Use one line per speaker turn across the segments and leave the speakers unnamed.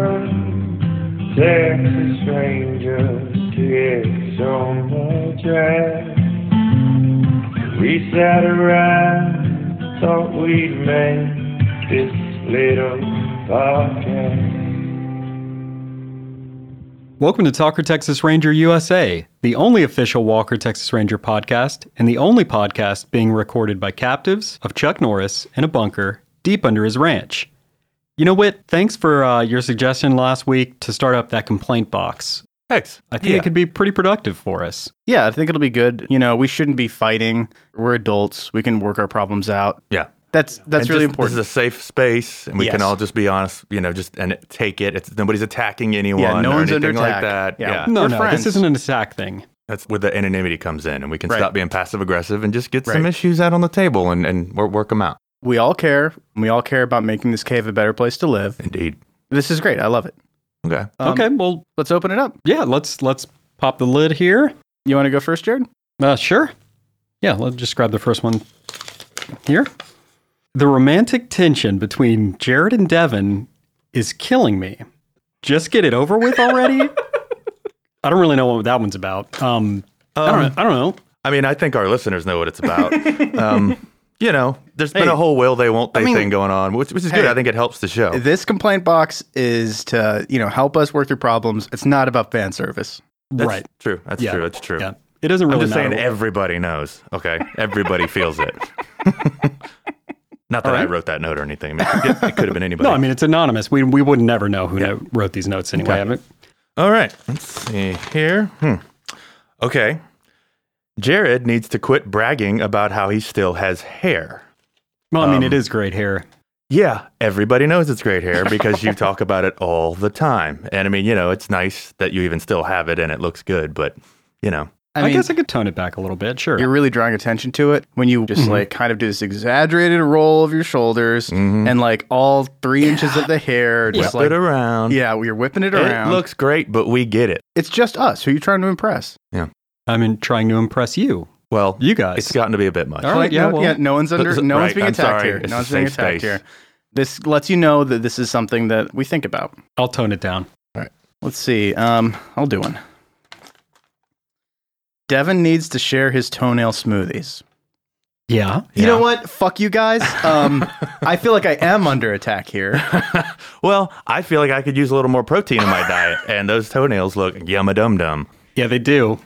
Walking, sexy stranger, kicks on the track. We sat around, thought we'd make this little podcast.
Welcome to Talker Texas Ranger USA, the only official Walker Texas Ranger podcast and the only podcast being recorded by captives of Chuck Norris in a bunker deep under his ranch. You know, Whit, thanks for uh, your suggestion last week to start up that complaint box.
Thanks.
I think it could be pretty productive for us.
Yeah, I think it'll be good. You know, we shouldn't be fighting. We're adults. We can work our problems out.
Yeah.
That's that's
And
really
just-
important.
This is a safe space, and we
Yes.
can all just be honest, you know, just and take it. It's nobody's attacking anyone.
Yeah, no
or
one's under
anything like
attack.
that.
Yeah.
Yeah,
No,
We're
no,
friends.
this isn't an attack thing.
that's where the anonymity comes in, and we can
Right.
stop being passive aggressive and just get some
Right.
issues out on the table and and work, work them out.
we all care. We all care about making this cave a better place to live.
Indeed.
This is great. I love it.
Okay.
Um,
okay, well,
Let's open it up.
yeah, let's let's pop the lid here.
You want to go first, Jared?
Uh, sure. Yeah, let's just grab the first one here. The romantic tension between Jared and Devin is killing me. Just get it over with already. I don't really know what that one's about. Um, I, don't, I don't know.
I mean, I think our listeners know what it's about. um, you know, there's been
Hey.
a whole will they won't they
mean-
thing going on, which, which is good.
Hey.
I think it helps the show.
This complaint box is to you know help us work through problems. It's not about fan service.
That's
right.
True. That's
Yeah.
true. That's true.
Yeah. It doesn't
I'm
really
just saying
matter.
everybody knows. Okay. Everybody feels it. Not that I wrote that note or anything. I mean, it, it could have been anybody.
no, I mean, it's anonymous. We, we would never know who no- wrote these notes anyway. I mean,
All right. Let's see here. Hmm. Okay. Jared needs to quit bragging about how he still has hair.
well, I mean,
Um,
it is great hair.
Yeah, everybody knows it's great hair because you talk about it all the time. And I mean, you know, it's nice that you even still have it and it looks good, but you know,
I,
mean-
guess I could tone it back a little bit. Sure.
You're really drawing attention to it when you just like kind of do this exaggerated roll of your shoulders and like all three inches of the hair. Just
flip Mm-hmm. it
like
around.
yeah, you're whipping it
it
around.
looks great, but we get it.
it's just us. Who you trying to impress?
I mean, trying to impress you,
Well,
you guys.
it's gotten to be a bit much.
All right.
Like,
yeah,
no,
well-
yeah, no one's under,
Th-
no one's
right,
being
I'm
attacked
sorry.
here.
It's
no
a
one's being
safe
attacked
space.
here. This lets you know that this is something that we think about.
I'll tone it down.
Let's see. Um, I'll do one. Devin needs to share his toenail smoothies.
Yeah.
You know
Yeah.
what? Fuck you guys. Um, I feel like I am under attack here.
Well, I feel like I could use a little more protein in my diet, and those toenails look yumma dum dum.
Yeah, they do.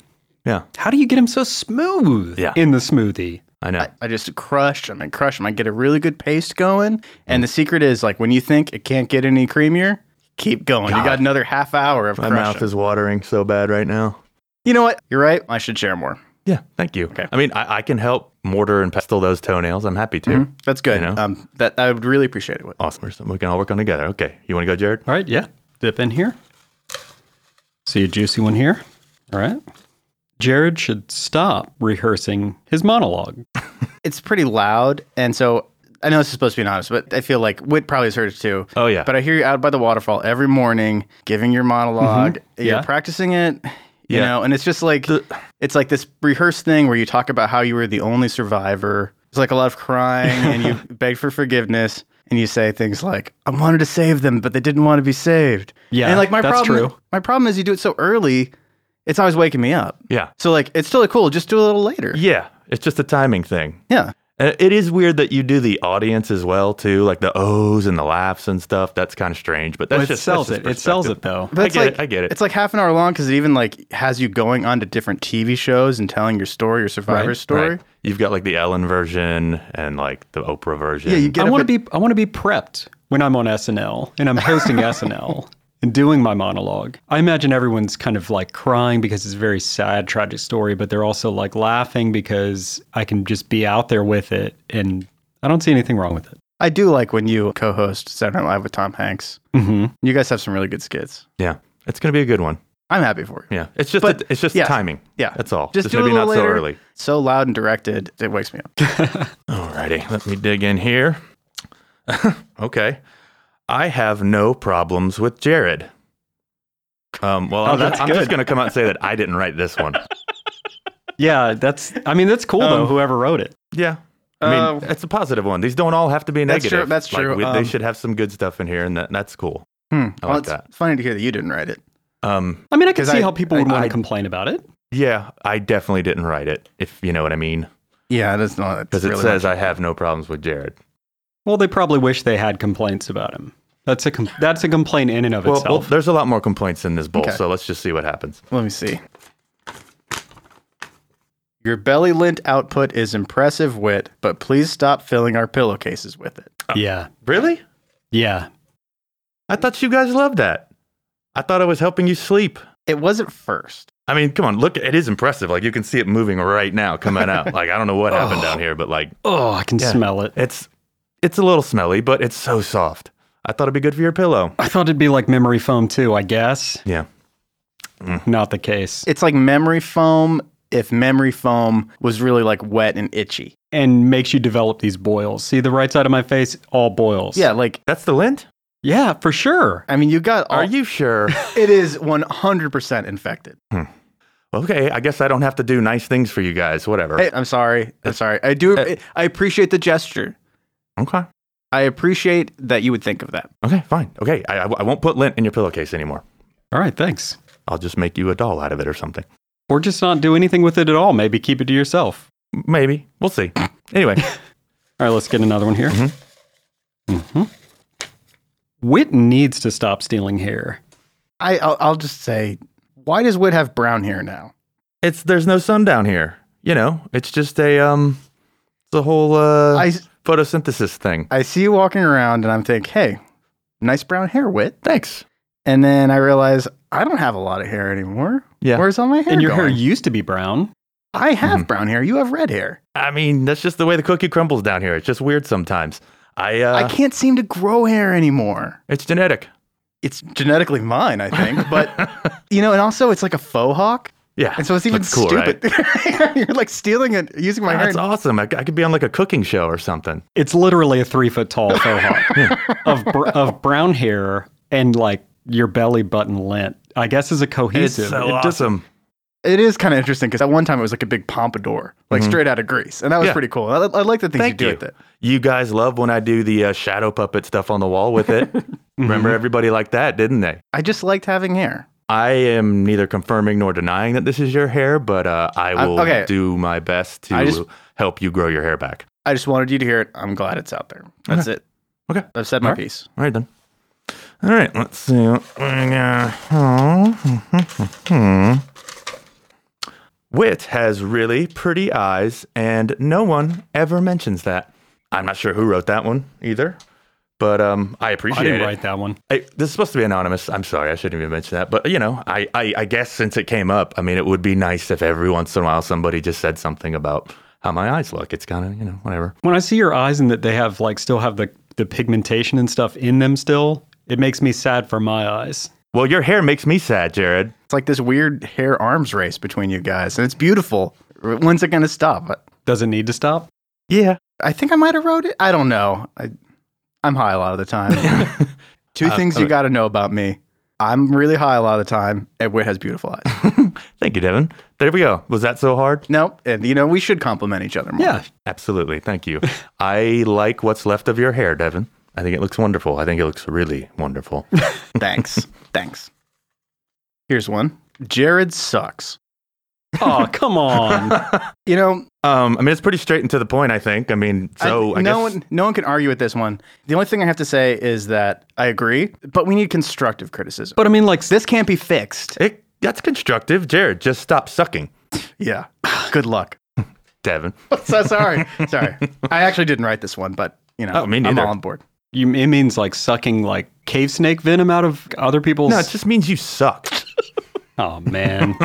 Yeah,
How do you get them so smooth
Yeah.
in the smoothie?
I know.
I just crush them and crush them. I get a really good paste going. And the secret is like when you think it can't get any creamier, keep going. You got another half hour of
my
crushing.
mouth is watering so bad right now.
you know what? You're right. I should share more.
Yeah, thank you. I mean, I, I can help mortar and pestle those toenails. I'm happy to.
Mm-hmm.
That's good.
You know?
Um, that I would really appreciate it.
Awesome. We're- We can all work on together. Okay. You want to go, Jared?
All right, yeah. Dip in here. See a juicy one here. All right. Jared should stop rehearsing his monologue.
It's pretty loud, and so I know this is supposed to be honest, but I feel like Whit probably has heard it too.
Oh, yeah.
But I hear you out by the waterfall every morning, giving your monolog You're
Yeah.
practicing it. You
Mm-hmm. Yeah.
know, and it's just like it's like this rehearsed thing where you talk about how you were the only survivor. It's like a lot of crying, and you beg for forgiveness, and you say things like, "I wanted to save them, but they didn't want to be saved."
Yeah,
and like my
that's
problem,
true.
my problem is you do it so early, it's always waking me up.
Yeah.
So like it's still cool. Just do it a little later.
Yeah. It's just a timing thing.
Yeah.
Uh, It is weird that you do the audience as well, too, like the O's and the laughs and stuff. That's kind of strange, but that's
But it
just
sells
that's
it.
just
It sells it though.
perspective.
But
I
it's
get
like,
it. I get it.
It's like half an hour long because it even like has you going on to different TV shows and telling your story, your survivor
Right,
story.
Right. You've got like the Ellen version and like the Oprah version.
Yeah, you get.
I
up
want
at-
to be I want to be prepped when I'm on SNL and I'm hosting SNL and doing my monologue. I imagine everyone's kind of like crying because it's a very sad tragic story, but they're also like laughing because I can just be out there with it and I don't see anything wrong with it.
I do like when you co-host Saturday Night Live with Tom Hanks.
Mhm.
You guys have some really good skits.
yeah. It's going to be a good one.
I'm happy for you.
Yeah. It's just,
But-
a, it's just
yeah.
timing.
Yeah.
That's all.
Just, do it
maybe
a little
not
later.
so early.
So loud and directed, it wakes me up.
Alrighty, let me dig in here. okay. I have no problems with Jared. Um,
Oh,
well, I'm,
that's
just, I'm just
good.
going to come out and say that I didn't write this one.
Yeah, that's I mean that's cool
Oh.
though
Um,
whoever wrote it.
Yeah. I mean,
Uh,
it's a positive one. These don't all have to be
That's
negative.
true, that's
Like,
true,
we-
um,
they should have some good stuff in here, and that, that's cool.
Hmm.
I
well,
like
it's
that.
funny to hear that you didn't write it.
Um,
I mean, I can
'Cause
see
I-
how people would
I-
want
I-
to complain about it.
yeah, I definitely didn't write it, if you know what I mean.
Yeah, that's not.
Because it
really
says I have no problems with Jared.
Well, they probably wish they had complaints about him. That's a com- that's a complaint in and of
Well, well,
itself.
there's a lot more complaints in this bowl,
Okay.
so let's just see what happens.
Let me see. Your belly lint output is impressive wit, but please stop filling our pillowcases with it.
yeah,
Really?
yeah.
I thought you guys loved that. I thought I was helping you sleep.
It wasn't first.
I mean, come on, look, it is impressive. Like you can see it moving right now, coming out. Like I don't know what happened down here, but like
Oh, I can
Yeah.
smell it.
it's it's a little smelly, but it's so soft. I thought it'd be good for your pillow.
I thought it'd be like memory foam too. I guess
Yeah.
not the case.
It's like memory foam if memory foam was really like wet and itchy.
And makes you develop these boils. See the right side of my face, all boils.
Yeah, like
That's the lint?
yeah, for sure.
I mean, you got all,
Are you sure?
It is 100% infected.
okay, I guess I don't have to do nice things for you guys, whatever.
Hey, I'm sorry. I'm sorry. I do
Uh,
I appreciate the gesture.
Okay.
I appreciate that you would think of that.
Okay, fine. Okay, I, I I won't put lint in your pillowcase anymore.
All right, thanks.
I'll just make you a doll out of it or something.
Or just not do anything with it at all. Maybe keep it to yourself.
Maybe. We'll see. Anyway,
All right, let's get another one here. Mm-hmm. Wit needs to stop stealing hair.
I I'll, I'll just say why does Wit have brown hair now?
it's there's no sun down here. You know, it's just a um the whole uh
I
photosynthesis thing.
I see you walking around and I'm thinking, "Hey, nice brown hair, Wit."
Thanks.
And then I realize I don't have a lot of hair anymore.
Yeah.
Where's all my hair?
and your hair
going?
used to be brown.
I have
Mm-hmm.
brown hair. You have red hair.
I mean, that's just the way the cookie crumbles down here. It's just weird sometimes. I uh
I can't seem to grow hair anymore.
it's genetic.
It's genetically mine, I think, but you know, and also it's like a faux hawk.
Yeah.
And so it's even
Looks cool, right?
stupid. You're like stealing it, using my hair.
That's awesome. I, I could be on like a cooking show or something.
It's literally a three foot tall faux hawk of br- of brown hair and like your belly button lint. I guess is a
It's
cohesive.
so
It doesn't-
awesome.
It is kind of interesting because at one time it was like a big pompadour, like straight out of Greece, and that was
Mm-hmm. Yeah.
pretty cool. I, I like the things
Thank
you do
you.
with it.
You guys love when I do the uh, shadow puppet stuff on the wall with it. Remember,
Mm-hmm.
everybody liked that, didn't they?
I just liked having hair.
I am neither confirming nor denying that this is your hair, but uh, I
I'm-
will
okay.
do my best to
I just-
help you grow your hair back.
I just wanted you to hear it. I'm glad it's out there. That's it.
Okay.
I've said my
All right.
piece.
All right, then. All right, let's see. what we got. Hmm. Wit has really pretty eyes, and no one ever mentions that. I'm not sure who wrote that one either, but um, I
I
appreciate
didn't
it.
write that one.
I, this is supposed to be anonymous. I'm sorry, I shouldn't even mention that. But you know, I, I, I guess since it came up, I mean, it would be nice if every once in a while somebody just said something about how my eyes look. It's kind of you know whatever.
When I see your eyes and that they have like still have the the pigmentation and stuff in them still, it makes me sad for my eyes.
Well, your hair makes me sad, Jared.
It's like this weird hair arms race between you guys, and it's beautiful. When's it going to stop?
Does it need to stop?
Yeah,
I think I might have wrote it. I don't know. I, I'm high a lot of the time. Two
Uh,
things you got to know about me. I'm really high a lot of the time, and Wit has beautiful eyes.
thank you, Devin. There we go. Was that so hard?
nope. And, you know, we should compliment each other more.
Yeah.
Absolutely, thank you. I like what's left of your hair, Devin. I think it looks wonderful. I think it looks really wonderful.
Thanks. Thanks. Here's one. Jared sucks.
Oh, come on.
You know,
um, I mean, it's pretty straight and to the point. I think. I mean, so I,
I- no
guess
one no one can argue with this one. The only thing I have to say is that I agree, but we need constructive criticism.
But I mean, like,
This can't be fixed.
it, that's constructive, Jared. Just stop sucking,
Yeah. Good luck.
Devin.
So sorry. sorry. I actually didn't write this one, but you know,
Oh, me
I'm
neither.
all on board.
you, it means like sucking like cave snake venom out of other
Oh.
people's.
No, it just means you suck.
oh man.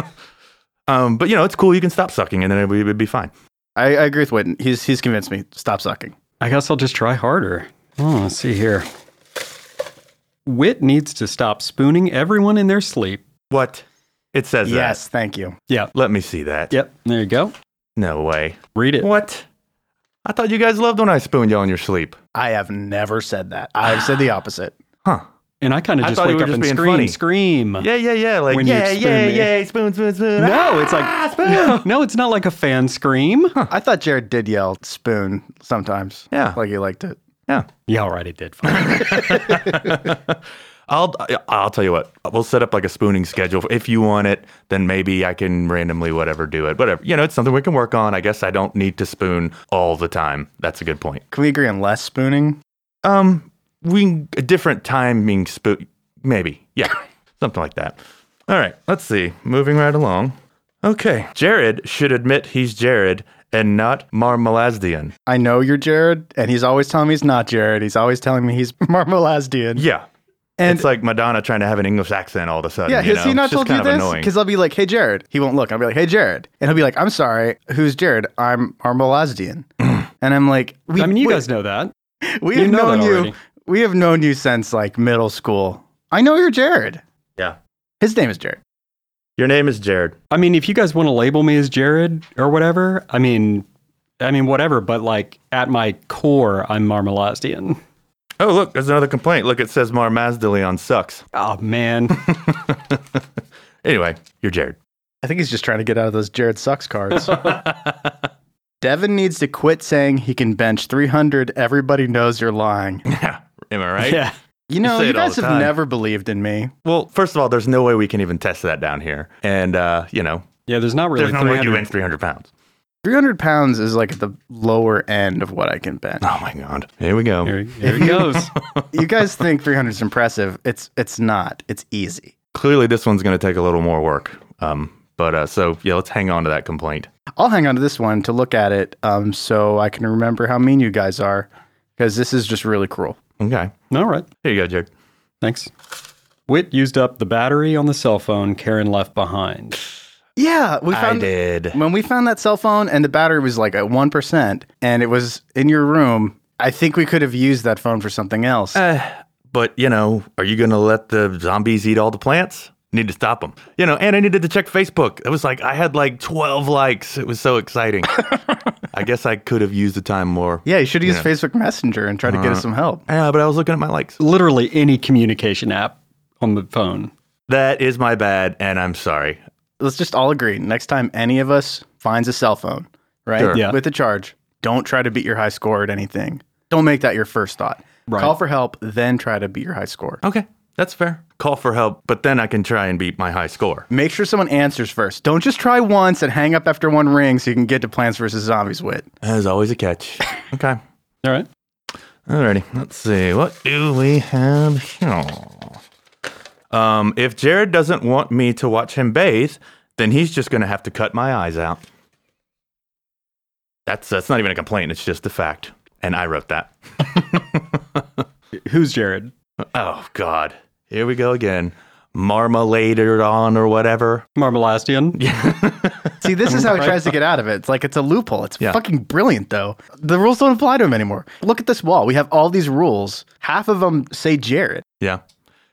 Um, but you know, it's cool. You can stop sucking, and then it would be fine.
I, I agree with Witten. He's he's convinced me. Stop sucking.
I guess I'll just try harder. Oh, let's see here. Wit needs to stop spooning everyone in their sleep.
What? It says
yes,
that.
thank you.
Yeah.
Let me see that.
Yep. There you go.
No way.
Read it.
What? I thought you guys loved when I spooned you in your sleep.
I have never said that. I've said the opposite.
Huh?
And I kind of
I
just
thought you
wake
were
up
just
and
being
scream,
funny.
scream.
Yeah, yeah, yeah. Like
When you
yeah,
spoon
yeah,
me.
yeah. Spoon, spoon, spoon.
No, it's
Ah,
like
spoon.
no, it's not like a fan scream.
I thought Jared did yell spoon sometimes.
Yeah.
Like he liked it.
yeah.
Yeah, all right, it did. Fine.
I'll I'll tell you what. We'll set up like a spooning schedule. If you want it, then maybe I can randomly whatever do it. Whatever. You know, it's something we can work on. I guess I don't need to spoon all the time. That's a good point.
Can we agree on less spooning?
Um, we a different timing spoon maybe. Yeah. something like that. All right. Let's see. Moving right along. Okay. Jared should admit he's Jared and not Marmalazdian.
I know you're Jared, and he's always telling me he's not Jared. He's always telling me he's Marmalazian.
Yeah.
and
it's like Madonna trying to have an English accent all of a sudden.
yeah,
you
has
know?
he not
It's just
told you
kind of
this?
annoying.
Because I'll be like, "Hey, Jared," he won't look. I'll be like, "Hey, Jared," and he'll be like, "I'm sorry, who's Jared? I'm Marmalazian." and I'm like, we,
I mean, you
we-
guys know that.
we
you
have
know that
known you.
already.
We have known you since like middle school. I know you're Jared.
Yeah.
His name is Jared.
Your name is Jared.
I mean, if you guys want to label me as Jared or whatever, I mean, I mean, whatever. But like at my core, I'm Marmalazian.
Oh, look, there's another complaint. Look, it says Mar Mazdalion sucks.
Oh man,
Anyway, you're Jared.
I think he's just trying to get out of those Jared sucks cards. Devin needs to quit saying he can bench 300. Everybody knows you're lying.
Yeah. Am I right?
yeah.
You know,
say
you
it all
guys
the
have
time.
never believed in me.
Well, first of all, there's no way we can even test that down here. And, uh, you know,
Yeah, there's not really
there's no way you
300
win 300 pounds.
300 pounds is like at the lower end of what I can bench.
Oh, my God. Here we go.
There, there he goes.
you guys think 300 is impressive. It's it's not. It's easy.
Clearly, this one's going to take a little more work. Um, but uh, so, yeah, let's hang on to that complaint.
I'll hang on to this one to look at it um, so I can remember how mean you guys are because this is just really cruel.
Okay.
All right.
Here you go, Jared.
Thanks. Wit used up the battery on the cell phone Karen left behind.
Yeah, we
I
found
did.
when we found that cell phone and the battery was like at 1% and it was in your room. I think we could have used that phone for something else.
But, you know, are you going to let the zombies eat all the plants? Need to stop them. You know, and I needed to check Facebook. It was like, I had like 12 likes. It was so exciting. I guess I could have used the time more.
yeah, you should use Facebook Messenger and try to get
Uh-huh.
us some help.
Yeah, but I was looking at my likes.
Literally any communication app on the phone.
That is my bad, and I'm sorry.
Let's just all agree next time any of us finds a cell phone, right?
Sure.
Yeah.
With a charge, don't try to beat your high score at anything. Don't make that your first thought.
Right.
Call for help, then try to beat your high score.
Okay, that's fair. Call for help, but then I can try and beat my high score.
Make sure someone answers first. Don't just try once and hang up after one ring so you can get to Plants vs. Zombies wit.
There's always a catch. Okay.
All right.
Alrighty, let's see. What do we have here? Um, if Jared doesn't want me to watch him bathe, then he's just gonna have to cut my eyes out. That's that's not even a complaint. It's just a fact, and I wrote that.
Who's Jared?
Oh God, here we go again. Marmalated on or whatever.
Marmalastian?
See, this is how he tries to get out of it. It's like it's a loophole. It's
Yeah.
fucking brilliant, though. The rules don't apply to him anymore. Look at this wall. We have all these rules. Half of them say Jared.
Yeah.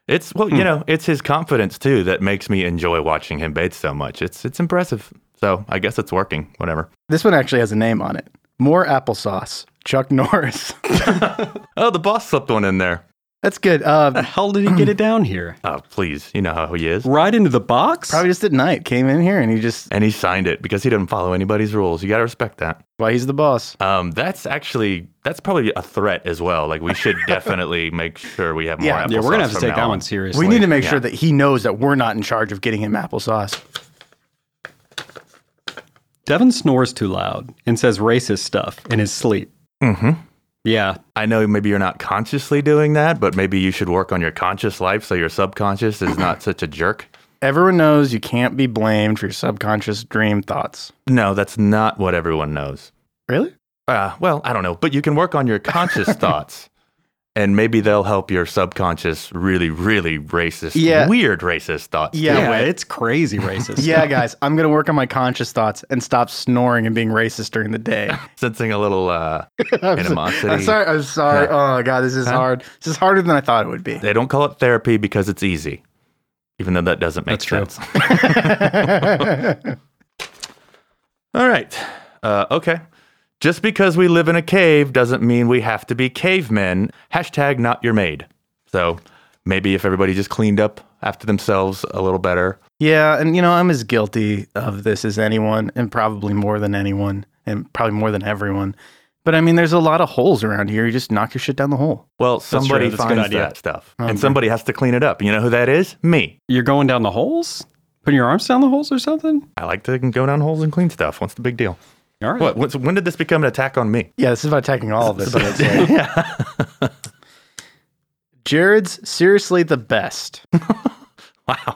It's well, you know, it's his confidence too that makes me enjoy watching him bathe so much. It's it's impressive. So I guess it's working. Whatever.
This one actually has a name on it. More applesauce. Chuck Norris.
Oh, the boss slipped one in there.
That's good. Uh,
Hell did he get it down here?
Oh, please, you know how he is.
Right into the box?
probably just at night came in here and he just
And he signed it because he doesn't follow anybody's rules. You gotta respect that.
why he's the boss.
Um, that's actually that's probably a threat as well. Like we should definitely make sure we have more.
Yeah.
yeah, we're
applesauce
gonna have to
from
take
now
that
on.
one seriously.
We need to make
yeah.
sure that he knows that we're not in charge of getting him applesauce.
Devin snores too loud and says racist stuff in his sleep. Mm-hmm. Yeah.
I know maybe you're not consciously doing that, but maybe you should work on your conscious life so your subconscious is not such a jerk.
Everyone knows you can't be blamed for your subconscious dream thoughts.
No, that's not what everyone knows.
Really?
Uh, well, I don't know, but you can work on your conscious thoughts, and maybe they'll help your subconscious really, really racist,
Yeah.
weird racist thoughts.
Yeah.
Yeah,
wait.
it's crazy racist.
Yeah, guys, I'm going to work on my conscious thoughts and stop snoring and being racist during the day.
sensing a little. Uh,
I'm so-
Animosity.
I'm sorry. I'm sorry. Oh, God, this is hard. This is harder than I thought it would be.
they don't call it therapy because it's easy, even though that doesn't make
That's true.
sense. All right, uh, okay. Just because we live in a cave doesn't mean we have to be cavemen. Hashtag not your maid. So maybe if everybody just cleaned up after themselves a little better,
Yeah, and you know, I'm as guilty of this as anyone, and probably more than anyone, and probably more than everyone. But I mean, there's a lot of holes around here. You just knock your shit down the hole.
Well,
true.
somebody
That's a good
finds
idea.
that stuff, and somebody has to clean it up. You know who that is? Me.
You're going down the holes? Putting your arms down the holes or something?
I like to go down holes and clean stuff. What's the big deal?
All right.
What? What's, when did this become an attack on me?
Yeah, this is about attacking all of this. I would say. Jared's seriously the best.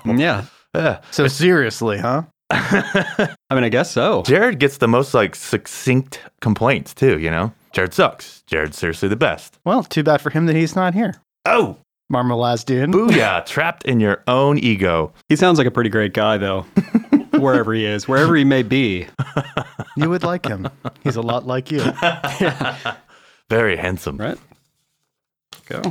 Yeah.
Ugh.
So seriously, huh?
I mean, I guess so.
Jared gets the most like succinct complaints too. You know, Jared sucks. Jared's seriously the best.
Well, too bad for him that he's not here.
Oh,
Marmalazian.
booyah! Trapped in your own ego.
He sounds like a pretty great guy, though. wherever he is, wherever he may be.
You would like him. He's a lot like you.
Very handsome.
Right? Go.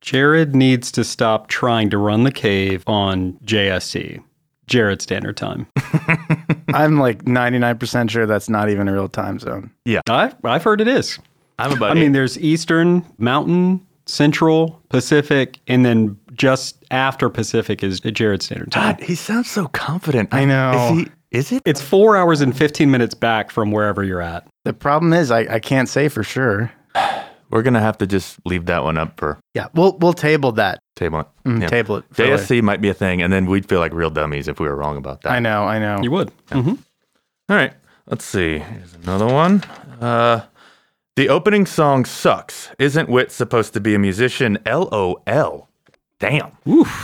Jared needs to stop trying to run the cave on JST, Jared Standard Time.
I'm like 99% sure that's not even a real time zone.
I've, I've heard it is.
I'm about.
I mean, there's Eastern, Mountain, Central, Pacific, and then just after Pacific is Jared Standard Time.
God, he sounds so confident.
I
Is,
know.
he, is it?
It's four hours and 15 minutes back from wherever you're at.
The problem is, I, I can't say for sure.
We're gonna have to just leave that one up for
Yeah, we'll, we'll table that.
table. it.
Mm,
Yeah.
Table it. for later.
JSC might be a thing, and then we'd feel like real dummies if we were wrong about that.
I know, I know.
You would. hmm
All right, let's see. Here's another one. Uh, the opening song sucks. Isn't Wit supposed to be a musician? LOL. Damn.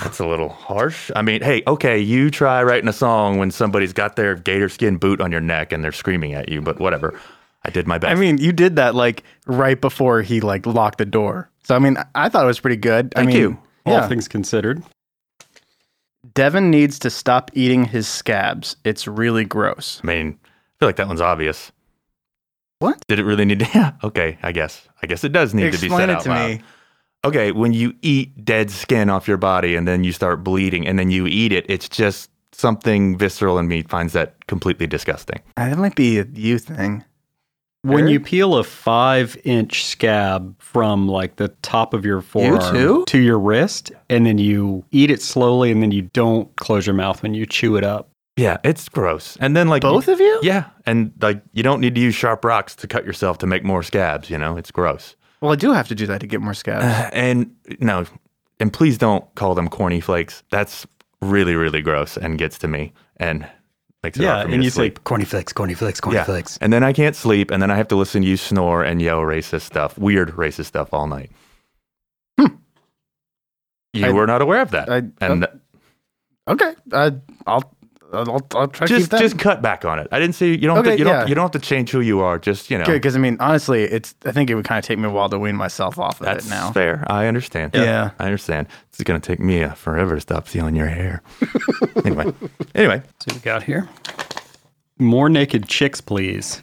That's a little harsh. I mean, hey, okay, you try writing a song when somebody's got their gator skin boot on your neck and they're screaming at you, but whatever. I did my best.
I mean, you did that like right before he like locked the door. So I mean, I- I thought it was pretty good. I
Thank
mean,
you.
All
Yeah.
things considered.
Devin needs to stop eating his scabs. It's really gross.
I mean, I feel like that one's obvious.
What?
Did it really need to? Yeah, okay, I guess. I guess it does need to be said out loud. Okay, when you eat dead skin off your body and then you start bleeding and then you eat it, it's just something visceral in me finds that completely disgusting.
Uh, That might be a you thing.
When you peel a five inch scab from like the top of your forearm
too?
to your wrist, and then you eat it slowly, and then you don't close your mouth when you chew it up.
Yeah, it's gross. And then like
Both of you?
Yeah, and like you don't need to use sharp rocks to cut yourself to make more scabs, you know? It's gross.
Well, I do have to do that to get more scabs.
And no, and please don't call them corny flakes. That's really really gross and gets to me and makes it hard for me
and
to
you
sleep.
say corny flicks, corny flicks, corny
yeah.
flicks.
And then I can't sleep and then I have to listen to you snore and yell racist stuff, weird racist stuff all night. You
Hmm. I-
were not aware of that.
I-
and
okay, I, I'll, I'll I'll try to keep
Uh. just
that.
just cut back on it. I didn't say you don't have
Okay,
to, you
yeah.
don't you don't have to change who you are, just, you know.
good because I mean, honestly, it's I think it would kind of take me a while to wean myself off of
That's
it now.
fair. I understand.
Yeah.
I understand. It's going to take me uh, forever to stop stealing your hair. anyway. Anyway.
See what we got here. More naked chicks, please.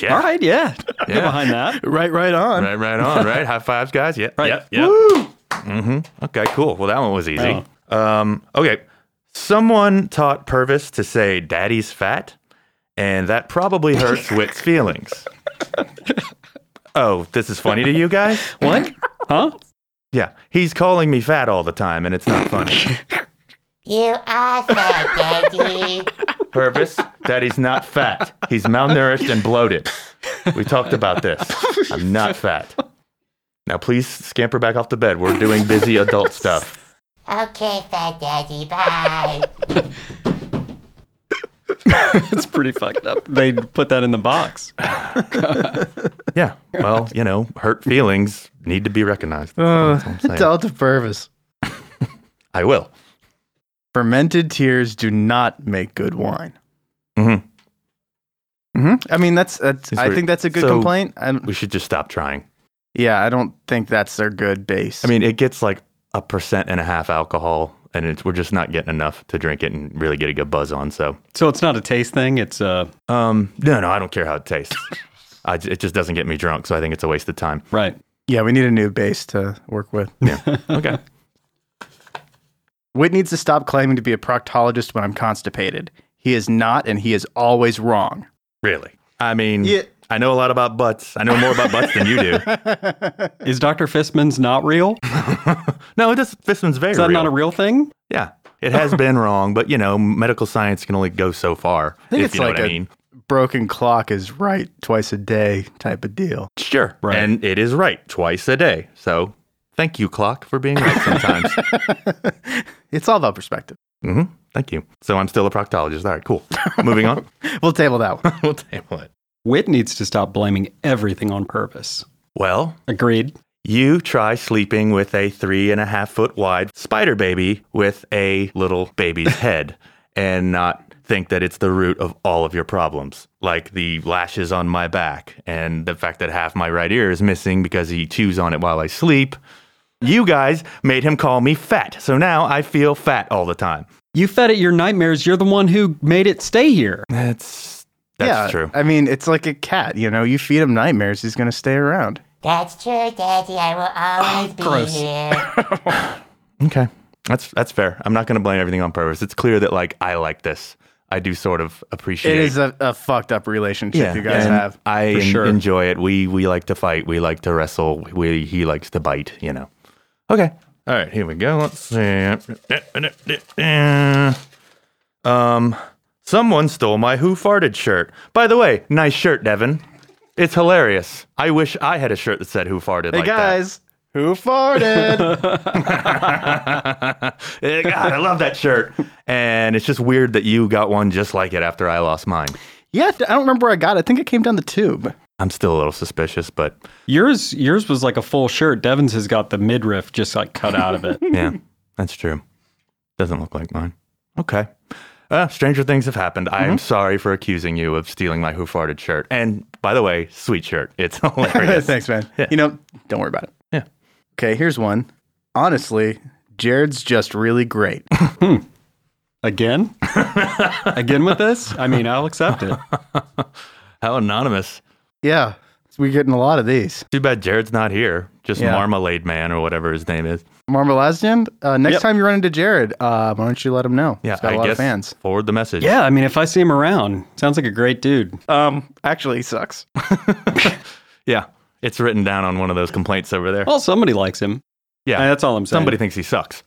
Yeah.
All right, yeah. Get
Yeah.
behind that.
Right, right on.
Right, right on, right? High fives, guys. Yeah.
Right.
Yeah. Yeah. Mm-hmm. Okay, cool. Well, that one was easy. Um, okay. Someone taught Purvis to say daddy's fat, and that probably hurts Wit's feelings. oh, this is funny to you guys?
What? Huh?
Yeah. He's calling me fat all the time, and it's not funny.
You are fat, Daddy.
Purvis, daddy's not fat. He's malnourished and bloated. We talked about this. I'm not fat. Now, please scamper back off the bed. We're doing busy adult stuff.
okay, fat Daddy, bye.
It's pretty fucked up. They put that in the box.
Yeah. Well, you know, hurt feelings need to be recognized. That's all I'm saying.
Delta Purvis.
I will.
Fermented tears do not make good wine.
Mhm.
hmm I mean, that's, that's
Mm-hmm. It's
I
weird.
think that's a good
So-
complaint. I don't,
We should just stop trying.
yeah, I don't think that's their good base.
I mean, it gets like a percent and a half alcohol, and it's, we're just not getting enough to drink it and really get a good buzz on. So,
So it's not a taste thing. It's uh
um, no, no, I don't care how it tastes. I j it just doesn't get me drunk, so I think it's a waste of time.
right.
yeah, we need a new base to work with.
Okay.
Whit needs to stop claiming to be a proctologist when I'm constipated. He is not, and he is always wrong.
really? I mean,
Yeah.
I know a lot about butts. I know more about butts than you do.
Is Dr. Fistman's not real?
No, this Fistman's very
Is that
real.
not a real thing?
yeah. It has been wrong, but you know, medical science can only go so far.
think
if
it's
you know
like
what I
a-
mean.
broken clock is right twice a day type of deal.
Sure.
Right.
And it is right twice a day. So thank you, clock, for being right sometimes.
It's all about perspective.
hmm Thank you. So I'm still a proctologist. All right, cool. Moving on.
We'll table that one.
we'll table it.
Wit needs to stop blaming everything on purpose.
Well,
Agreed.
you try sleeping with a three and a half foot wide spider baby with a little baby's head and not think that it's the root of all of your problems, like the lashes on my back and the fact that half my right ear is missing because he chews on it while I sleep. You guys made him call me fat. So now I feel fat all the time.
You fed it your nightmares. You're the one who made it stay here.
That's that's
yeah,
true.
I mean, it's like a cat. You know, you feed him nightmares, he's going to stay around.
That's true, Daddy. I will always be
gross.
here.
Okay. That's that's fair. I'm not going to blame everything on purpose. It's clear that like I like this. I do sort of appreciate
It is a, a fucked up relationship you guys
and
have.
I en-
sure.
enjoy it. We we like to fight. We like to wrestle. We he likes to bite. You know. Okay. All right. Here we go. Let's see. Um, someone stole my who farted shirt. By the way, nice shirt, Devin. It's hilarious. I wish I had a shirt that said who farted.
Hey
like that.
guys, who farted?
Eh, God, I love that shirt. And it's just weird that you got one just like it after I lost mine.
yeah, I don't remember where I got it. I think it came down the tube.
I'm still a little suspicious, but
Yours, yours was like a full shirt. Devin's has got the midriff just like cut out of it.
yeah, that's true. Doesn't look like mine. Okay. Uh, stranger things have happened. I
Mm-hmm.
am sorry for accusing you of stealing my Who Farted shirt. And by the way, sweet shirt. It's hilarious.
Thanks, man. You know, don't worry about it.
Yeah.
Okay, here's one. Honestly, Jared's just really great.
Again, again with this. I mean, I'll accept it.
How anonymous.
yeah, we're getting a lot of these.
Too bad Jared's not here. Just
Yeah.
Marmalade Man or whatever his name is.
Marmelazian, uh, next
Yep.
time you run into Jared, uh, why don't you let him know?
Yeah,
He's got a
I
lot
guess
of fans.
forward the message.
Yeah, I mean, if I see him around, sounds like a great dude.
Um, actually, he sucks.
Yeah. It's written down on one of those complaints over there.
Oh,
Well, somebody likes him.
yeah.
Uh, that's all I'm saying.
Somebody thinks he sucks.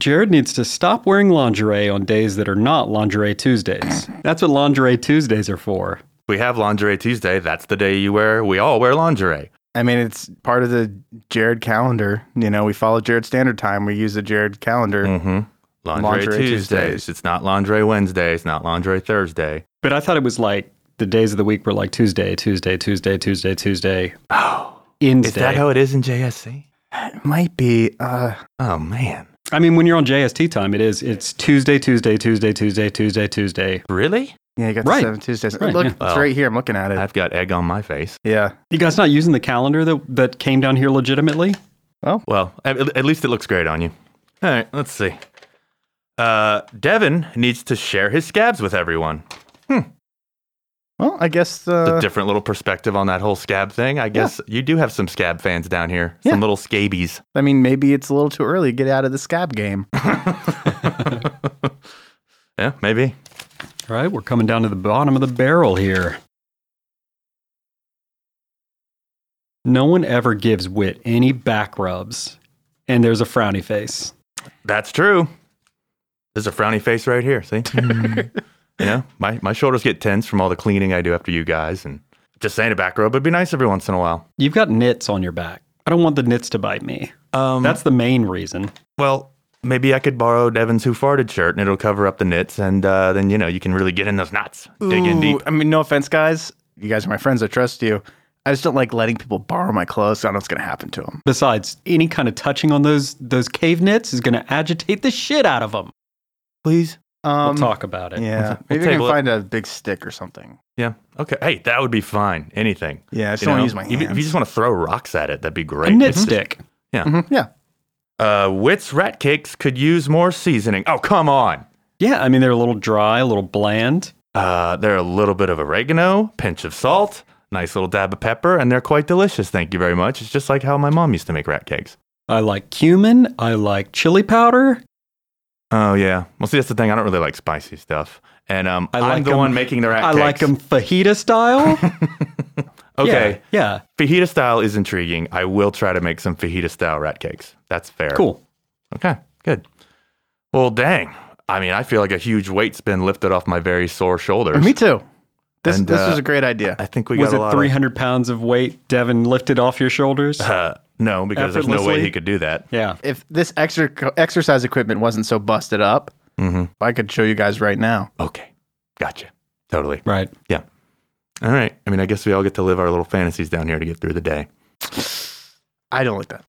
Jared needs to stop wearing lingerie on days that are not lingerie Tuesdays. That's what lingerie Tuesdays are for.
We have lingerie Tuesday. That's the day you wear. We all wear lingerie.
I mean, it's part of the Jared calendar. You know, we follow Jared Standard Time. We use the Jared calendar.
Mm-hmm. Lingerie,
Lingerie
Tuesdays.
Tuesdays.
It's not lingerie Wednesday. It's not lingerie Thursday.
But I thought it was like the days of the week were like Tuesday, Tuesday, Tuesday, Tuesday, Tuesday. Oh, Wednesday.
Is that how it is in JSC?
It might be. Uh,
Oh man,
I mean, when you're on JST time, it is. It's Tuesday, Tuesday, Tuesday, Tuesday, Tuesday, Tuesday.
really?
yeah, you got the
Right.
seven Tuesdays.
Right,
Look,
yeah.
it's
Well,
right here. I'm looking at it.
I've got egg on my face.
yeah.
You guys not using the calendar that that came down here legitimately?
Well, at, at least it looks great on you. All right, let's see. Uh, Devin needs to share his scabs with everyone.
Well, I guess uh,
It's
the.
a different little perspective on that whole scab thing. I guess you do have some scab fans down here.
Yeah.
Some little scabies.
I mean, maybe it's a little too early. to Get out of the scab game.
Yeah, maybe.
All right, we're coming down to the bottom of the barrel here. No one ever gives Wit any back rubs, and there's a frowny face.
That's true. There's a frowny face right here. See? you know, my, my shoulders get tense from all the cleaning I do after you guys. And just saying a back rub would be nice every once in a while.
You've got nits on your back. I don't want the nits to bite me.
Um,
That's the main reason.
well, maybe I could borrow Devin's Who Farted shirt and it'll cover up the knits. And uh, then, you know, you can really get in those knots, dig in
Ooh,
deep.
I mean, no offense, guys. You guys are my friends. I trust you. I just don't like letting people borrow my clothes. I don't know what's going to happen to them.
Besides, any kind of touching on those those cave nits is going to agitate the shit out of them.
Please.
Um,
We'll talk about it.
Yeah. Maybe I
table
can
it.
find a big stick or something.
Yeah. Okay. Hey, that would be fine. Anything.
Yeah, I just
You
don't
know,
use my
if,
hands.
if you just want to throw rocks at it, that'd be
A
great.
nit
Mm-hmm.
It's just-
stick.
Mhm, yeah.
uh, Wits Rat Cakes could use more seasoning. Oh, come on.
Yeah, I mean they're a little dry, a little bland.
Uh, they're a little bit of oregano, pinch of salt, nice little dab of pepper, and they're quite delicious. Thank you very much. It's just like how my mom used to make rat cakes.
I like cumin. I like chili powder.
Oh yeah. Well, see, that's the thing. I don't really like spicy stuff, and um,
I
I am
like
the
'em-
one making the rat
I
cakes.
like them fajita style.
Okay,
Yeah. yeah.
fajita style is intriguing. I will try to make some fajita style rat cakes. That's fair.
Cool.
Okay. Good. Well, dang. I mean, I feel like a huge weight's been lifted off my very sore shoulders.
Me too. This,
And,
this
uh,
was a great idea.
I think we
Was
got a
it
lot.
300 pounds of weight Devin lifted off your shoulders?
Of, uh, no, because there's no way
Effortlessly?
he could do that.
yeah.
if this exer- exercise equipment wasn't so busted up,
Mm-hmm.
I could show you guys right now.
Okay, gotcha. Totally.
Right.
Yeah. All right. I mean, I guess we all get to live our little fantasies down here to get through the day.
I don't like that.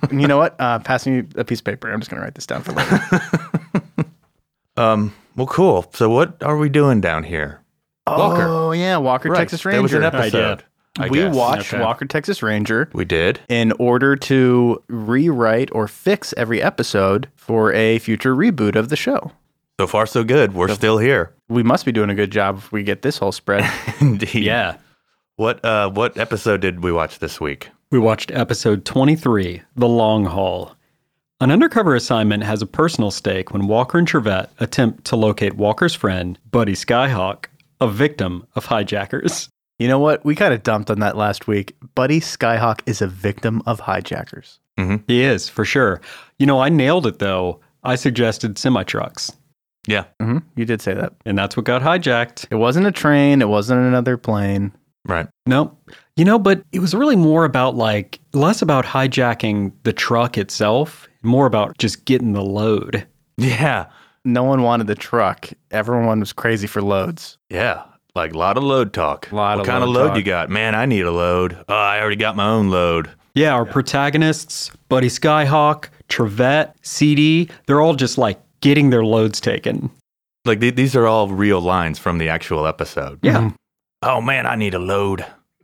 And you know what? Uh, pass me a piece of paper. I'm just going to write this down for later.
Um. Well, cool. So, what are we doing down here? Walker.
Oh, yeah. Walker, Texas Ranger.
That was an
Idea.
episode. I
we
guess.
watched
Okay.
Walker, Texas Ranger
We did.
in order to rewrite or fix every episode for a future reboot of the show.
So far, so good. We're still here.
We must be doing a good job if we get this whole spread.
Indeed.
Yeah.
What uh what episode did we watch this week?
We watched episode 23, The Long Haul. An undercover assignment has a personal stake when Walker and Trevette attempt to locate Walker's friend, Buddy Skyhawk, a victim of hijackers.
you know what? We kind of dumped on that last week. Buddy Skyhawk is a victim of hijackers.
He is, for sure. You know, I nailed it though. I suggested semi trucks,
Yeah.
hmm You did say that.
and that's what got hijacked.
It wasn't a train. It wasn't another plane.
Right.
Nope. You know, but it was really more about like, less about hijacking the truck itself, more about just getting the load.
Yeah.
No one wanted the truck. Everyone was crazy for loads.
Yeah. Like a lot of load talk.
Lot
what
of
kind of
load
load
talk.
you got? Man, I need a load. Oh, I already got my own load.
Yeah, our protagonists, Buddy Skyhawk, Trevette, CD, they're all just like getting their loads taken.
Like th- these are all real lines from the actual episode.
Yeah.
Oh man, I need a load.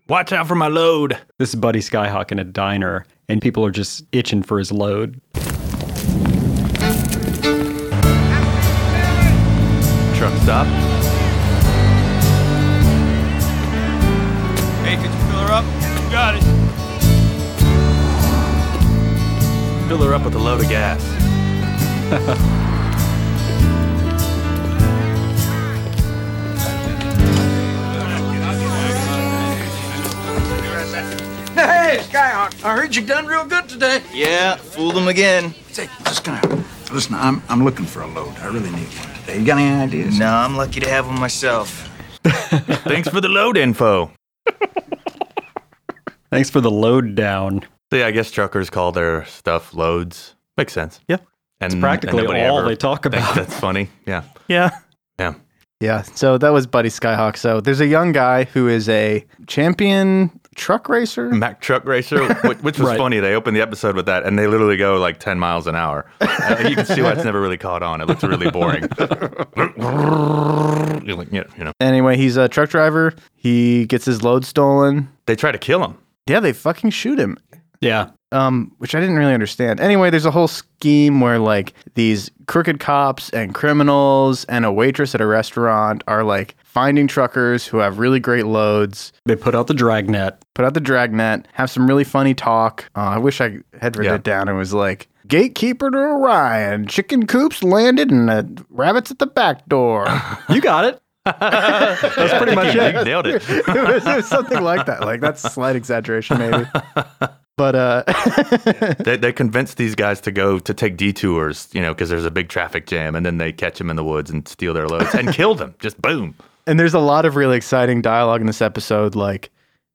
Watch out for my load.
This is Buddy Skyhawk in a diner, and people are just itching for his load.
Truck stop.
Hey, could you fill her up? Got it.
Fill her up with a load of gas.
Hey, Skyhawk, I heard you done real good today. Yeah, fooled them again.
Say, just gonna listen. I'm I'm looking for a load. I really need one today. You got any ideas?
No, I'm lucky to have them myself.
Thanks for the load info.
Thanks for the load down.
So yeah, I guess truckers call their stuff loads. Makes sense. Yeah. And Mm, and
Practically
nobody
all
ever
they talk
thinks
about.
That's funny. Yeah.
Yeah.
Yeah.
Yeah. So that was Buddy Skyhawk. So there's a young guy who is a champion truck racer.
Mack Truck Racer, which, which was
Right.
funny. They opened the episode with that, and they literally go like 10 miles an hour. Uh, you can see why it's never really caught on. It looks really boring. You're like, yeah, you know,
Anyway, he's a truck driver. He gets his load stolen.
they try to kill him.
Yeah, they fucking shoot him.
Yeah.
um, which I didn't really understand. Anyway, there's a whole scheme where like these crooked cops and criminals and a waitress at a restaurant are like finding truckers who have really great loads,
They put out the dragnet.
put out the dragnet, have some really funny talk. Uh, I wish I had written
Yeah.
it down and was like gatekeeper to Orion, chicken coops landed, and uh, rabbits at the back door.
You got it.
That's pretty much it. Nailed it.
it, was, it was something like that. Like that's a slight exaggeration, maybe. But uh,
They, they convinced these guys to go to take detours, you know, because there's a big traffic jam, and then they catch them in the woods and steal their loads and kill them. Just boom.
And there's a lot of really exciting dialogue in this episode, like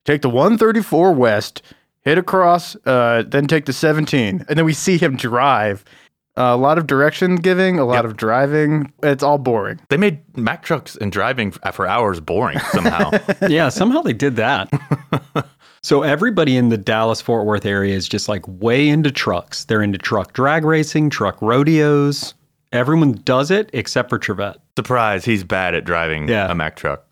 take the 134 west, hit across, uh, then take the 17, and then we see him drive. a lot of direction giving, a lot of driving. It's all boring.
They made Mack trucks and driving f- for hours boring somehow.
Yeah, somehow they did that. So everybody in the Dallas Fort Worth area is just like way into trucks. They're into truck drag racing, truck rodeos. Everyone does it except for Trevette.
Surprise, he's bad at driving
Yeah.
a Mack truck.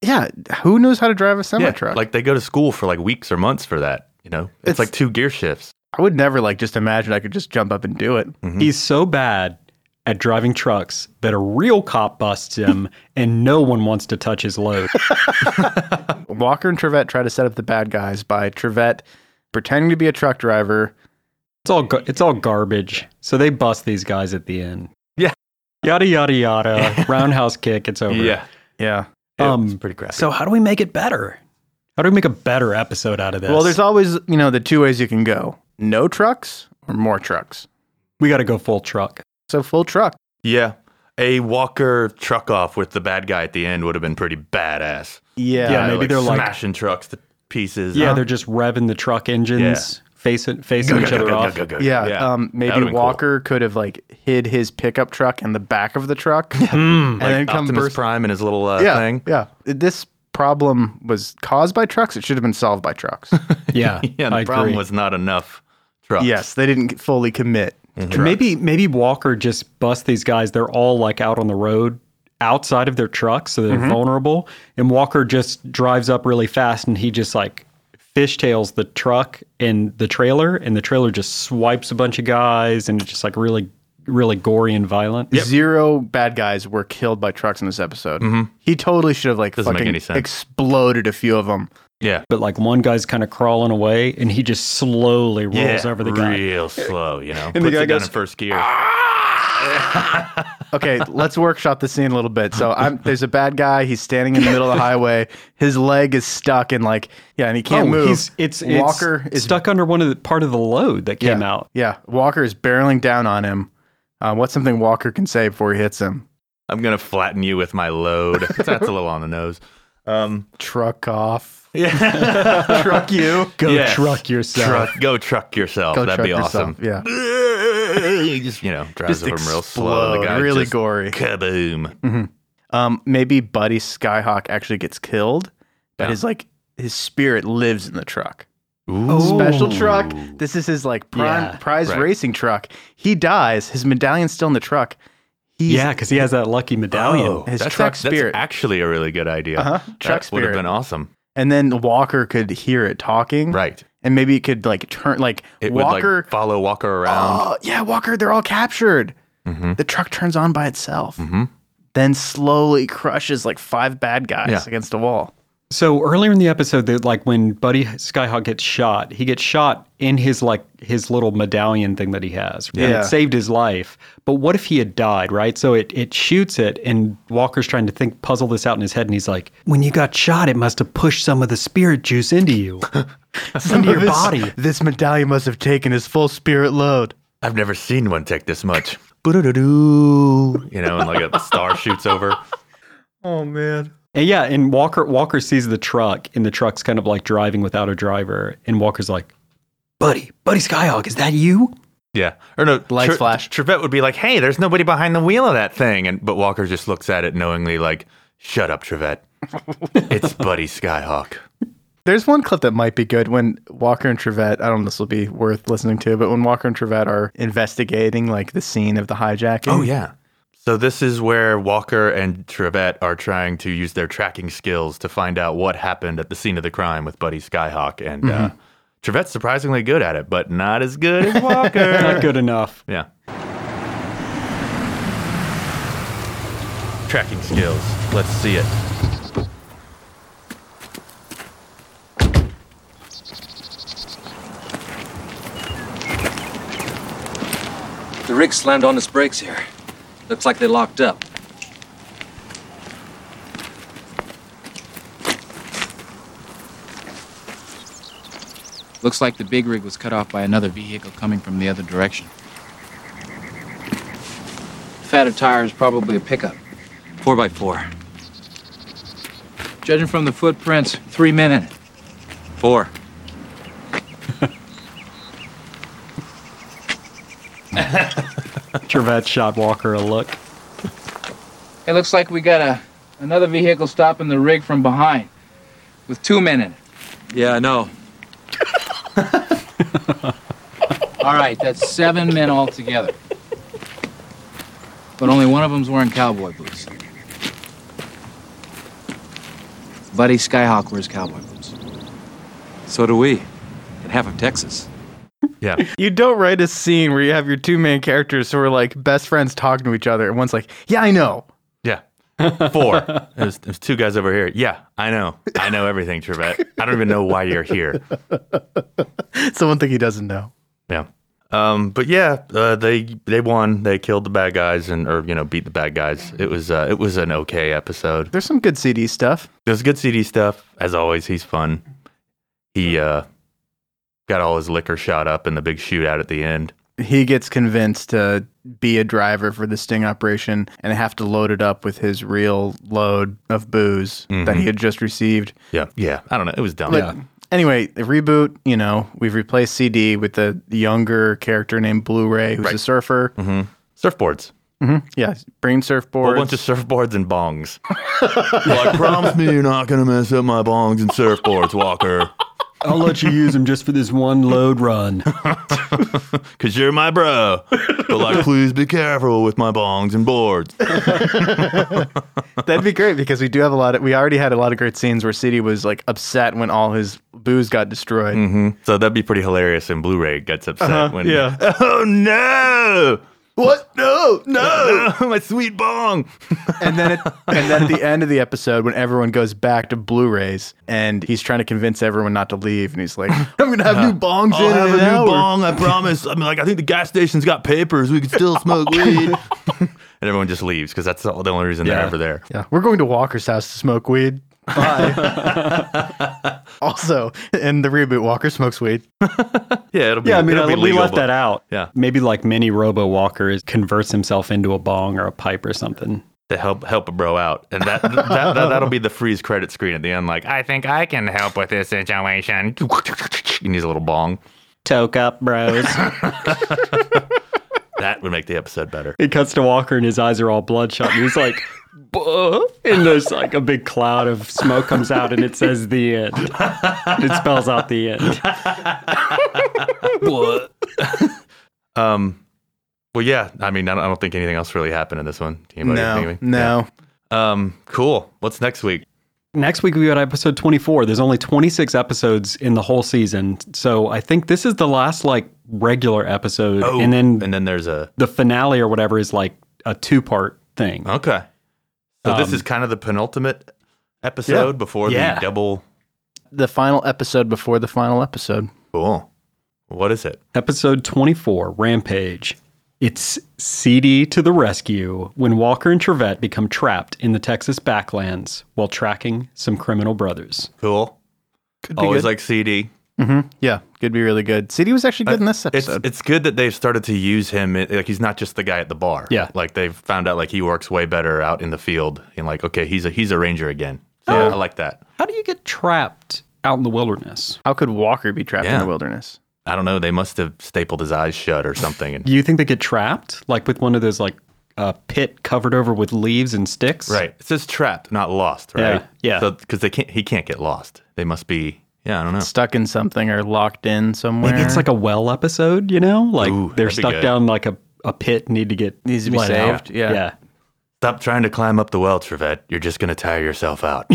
Yeah, who knows how to drive a semi
Yeah,
truck?
Like they go to school for like weeks or months for that. You know, it's,
It's-
like two gear shifts.
I would never like just imagine I could just jump up and do it.
Hmm.
He's so bad at driving trucks that a real cop busts him and no one wants to touch his load.
Walker and Trevette try to set up the bad guys by Trevette pretending to be a truck driver.
It's all gar- it's all garbage. So they bust these guys at the end.
Yeah.
Yada yada yada. Roundhouse kick, it's over.
Yeah.
Um,
it's pretty crappy.
So how do we make it better? How do we make a better episode out of this?
Well, there's always, you know, the two ways you can go no trucks or more trucks.
we got to go full truck.
So full truck.
Yeah. A Walker truck off with the bad guy at the end would have been pretty badass.
Yeah.
Yeah, maybe they're like-
smashing trucks to pieces.
Yeah,
huh?
they're just revving the truck engines, facing facing each other off.
Yeah,
That
Um,
would've
maybe
been cool.
Walker could have like hid his pickup truck in the back of the truck and then come
Optimus
burst.
Prime and his little uh,
yeah,
thing.
yeah. This problem was caused by trucks. It should have been solved by trucks.
Yeah,
Yeah, the
I
problem
agree.
was not enough trucks. Mm-hmm.
yes, they didn't fully commit.
And maybe maybe Walker just busts these guys. They're all like out on the road outside of their trucks, so
Mm-hmm.
they're vulnerable. And Walker just drives up really fast, and he just like fishtails the truck and the trailer, and the trailer just swipes a bunch of guys, and it's just like really really gory and violent.
Zero bad guys were killed by trucks in this episode. He totally should have like
Mm-hmm. Doesn't make
fucking
any sense.
exploded a few of them.
Yeah.
But like one guy's kind of crawling away, and he just slowly rolls
yeah,
over the guy.
Real slow, you know.
the
Puts
guy
it down
goes,
in first gear.
Okay, let's workshop the scene a little bit. So I'm there's a bad guy. He's standing in the middle of the highway. His leg is stuck and like yeah, and he can't
Oh,
move.
he's it's it's
Walker is
stuck under one of the part of the load that came out.
Yeah, Walker is barreling down on him. Uh, what's something Walker can say before he hits him?
I'm gonna flatten you with my load. That's a little on the nose. Um,
Truck off.
yeah,
Truck you.
Go
Yes.
truck yourself.
truck, go truck yourself.
Go
That'd
truck
be
yourself.
awesome.
Yeah.
you just you know drives
Just
over him real slow. The
explode.
guy
Really
just
gory.
Kaboom!
Um, maybe Buddy Skyhawk actually gets killed, but
Yeah.
his like his spirit lives in the truck.
Ooh.
Special truck. This is his like prime
Yeah,
prize
right.
racing truck. He dies. His medallion's still in the truck. He's,
Yeah, because he has that lucky medallion.
Oh, his
that truck
truck spirit.
That's actually a really good idea.
Uh-huh. Truck
That would have
spirit.
been awesome.
and then Walker could hear it talking.
Right.
And maybe it could like turn like
It would
Walker
like follow Walker around.
Oh, yeah, Walker, they're all captured. The truck turns on by itself, then slowly crushes like five bad guys
Yeah.
against a wall.
So earlier in the episode, that like when Buddy Skyhawk gets shot, he gets shot in his like his little medallion thing that he has, and
Yeah.
it saved his life. But what if he had died, right? So it it shoots it, and Walker's trying to think, puzzle this out in his head, and he's like, "When you got shot, it must have pushed some of the spirit juice into you, into your
this,
body."
This medallion must have taken his full spirit load.
I've never seen one take this much. Boo-doo-doo-doo. You know, and like a star shoots over.
Oh man.
And yeah, and Walker Walker sees the truck, and the truck's kind of like driving without a driver, and Walker's like, "Buddy, Buddy Skyhawk, is that you?"
Yeah. Or no,
Lights flash.
Trevette would be like, "Hey, there's nobody behind the wheel of that thing," and but Walker just looks at it knowingly, like, "Shut up, Trevette. it's Buddy Skyhawk."
There's one clip that might be good when Walker and Trevette, I don't know if this will be worth listening to, but when Walker and Trevette are investigating like the scene of the hijacking.
Oh, yeah. So this is where Walker and Trevette are trying to use their tracking skills to find out what happened at the scene of the crime with Buddy Skyhawk, and uh, Trevette's surprisingly good at it, but not as good as Walker.
Not good enough.
Yeah. Tracking skills. Let's see it.
The rig slammed on its brakes here. Looks like they locked up.
Looks like the big rig was cut off by another vehicle coming from the other direction.
Fatted tire is probably a pickup. Four by four.
Judging from the footprints, three men in it.
Four.
Trevette shot Walker a look.
It looks like we got a another vehicle stopping the rig from behind, with two men in it.
Yeah, I know.
All right, that's seven men altogether. But only one of them's wearing cowboy boots. Buddy Skyhawk wears cowboy boots.
So do we. In half of Texas.
Yeah.
You don't write a scene where you have your two main characters who are like best friends talking to each other, and one's like, Yeah, I know.
Yeah. Four. There's, there's two guys over here. Yeah, I know. I know everything, Trevette. I don't even know why you're here.
It's the one thing he doesn't know.
Yeah. Um, but yeah, uh, they they won. They killed the bad guys and or you know beat the bad guys. It was uh, it was an okay episode.
There's some good CD stuff.
There's good CD stuff as always. He's fun. He uh, got all his liquor shot up in the big shootout at the end.
he gets convinced to be a driver for the sting operation and have to load it up with his real load of booze that he had just received.
Yeah, yeah. I don't know. It was dumb.
But anyway, the reboot, you know, we've replaced CD with the younger character named Blu ray, who's a surfer.
Surfboards.
Yeah, bring surfboards.
A whole bunch of surfboards and bongs. like, promise me you're not gonna mess up my bongs and surfboards, Walker,
I'll let you use them just for this one load run.
because you're my bro. But like, please be careful with my bongs and boards.
That'd be great because we do have a lot of, we already had a lot of great scenes where CD was like upset when all his booze got destroyed.
Hmm? So that'd be pretty hilarious. And Blu-ray gets upset when, Uh-huh, yeah. Oh no! What? No, no, my sweet bong.
And then, it, and then at the end of the episode, when everyone goes back to Blu-rays, and he's trying to convince everyone not to leave, and he's like, "I'm gonna have new bongs
I'll
in,
have
in
a
an
new
hour."
bong, I promise. I mean, like, I think the gas station's got papers. We can still smoke weed. and everyone just leaves because that's the the only reason they're
Yeah.
ever there.
Yeah, we're going to Walker's house to smoke weed. Bye. also, in the reboot, Walker smokes weed.
Yeah, it'll be.
Yeah, I mean,
it'll
I,
be
we
legal,
left
but-
that out.
Yeah.
Maybe like Mini Robo Walker is, converts himself into a bong or a pipe or something.
to help help a bro out, and that, that, that that'll be the freeze credit screen at the end. Like, I think I can help with this situation. He needs a little bong.
Toke up, bros.
That would make the episode better.
it cuts to Walker and his eyes are all bloodshot. And he's like, "Buh," and there's like a big cloud of smoke comes out and it says the end. It spells out the end.
Um, well, yeah. I mean, I don't, I don't think anything else really happened in this one. Anybody think of
No,
any-
no.
Yeah. Um, cool. What's next week?
Next week we got episode 24. There's only 26 episodes in the whole season. So I think this is the last like regular episode.
Oh.
and then
and then there's a
the finale or whatever is like a two part thing.
okay. So this
Um,
is kind of the penultimate episode before
Yeah.
the double.
The final episode before the final episode.
Cool. What is it?
Episode 24 Rampage. It's CD to the rescue when Walker and Trevette become trapped in the Texas backlands while tracking some criminal brothers.
Cool.
Could
Always like CD.
yeah, could be really good. CD was actually good in this
It's
episode.
it's good that they've started to use him. i- Like he's not just the guy at the bar.
Yeah.
Like they've found out like he works way better out in the field. And like okay, he's a he's a ranger again. So I like that.
How do you get trapped out in the wilderness?
How could Walker be trapped in
Yeah.
the wilderness?
I don't know. They must have stapled his eyes shut or something. And
Do you think they get trapped like with one of those like uh, pit covered over with leaves and sticks?
Right. It says trapped, not lost,
Yeah,
right?
yeah.
So because they can't, he can't get lost. They must be. Yeah, I don't know.
Stuck in something or locked in somewhere.
It's like a well episode, you know? Like
Ooh,
they're
that'd be
stuck
good.
down like a, a pit, need to get
Needs to be
let out.
saved, yeah.
Yeah.
Stop trying to climb up the well, Trevette. You're just gonna tire yourself out.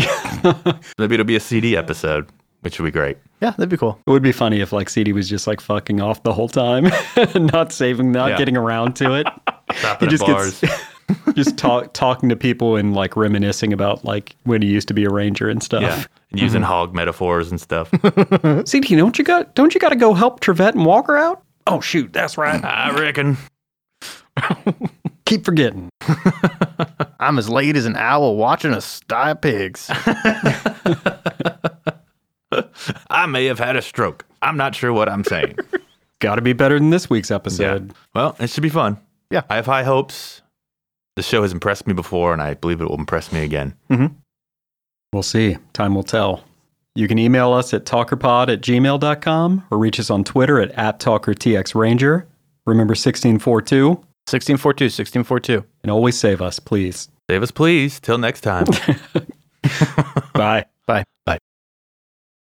Maybe it'll be a CD episode, which would be great.
yeah, that'd be cool.
It would be funny if like CD was just like fucking off the whole time, not saving, not
Yeah.
getting around to it.
Stopping at
just
bars.
gets- just talk, talking to people and like reminiscing about like when he used to be a ranger and stuff.
yeah. And using hog metaphors and stuff.
CD, don't you got don't you got to go help Trevette and Walker out? Oh shoot, that's right.
I reckon.
Keep forgetting.
I'm as late as an owl watching us die pigs.
I may have had a stroke. I'm not sure what I'm saying.
Got to be better than this week's episode.
Well, it should be fun.
Yeah.
I have high hopes. The show has impressed me before, and I believe it will impress me again.
We'll see. Time will tell. You can email us at talkerpod at gmail.com or reach us on Twitter at, at talkertxranger. Remember 1642
1642, 1642.
and always save us, please.
Save us, please. Till next time.
Bye.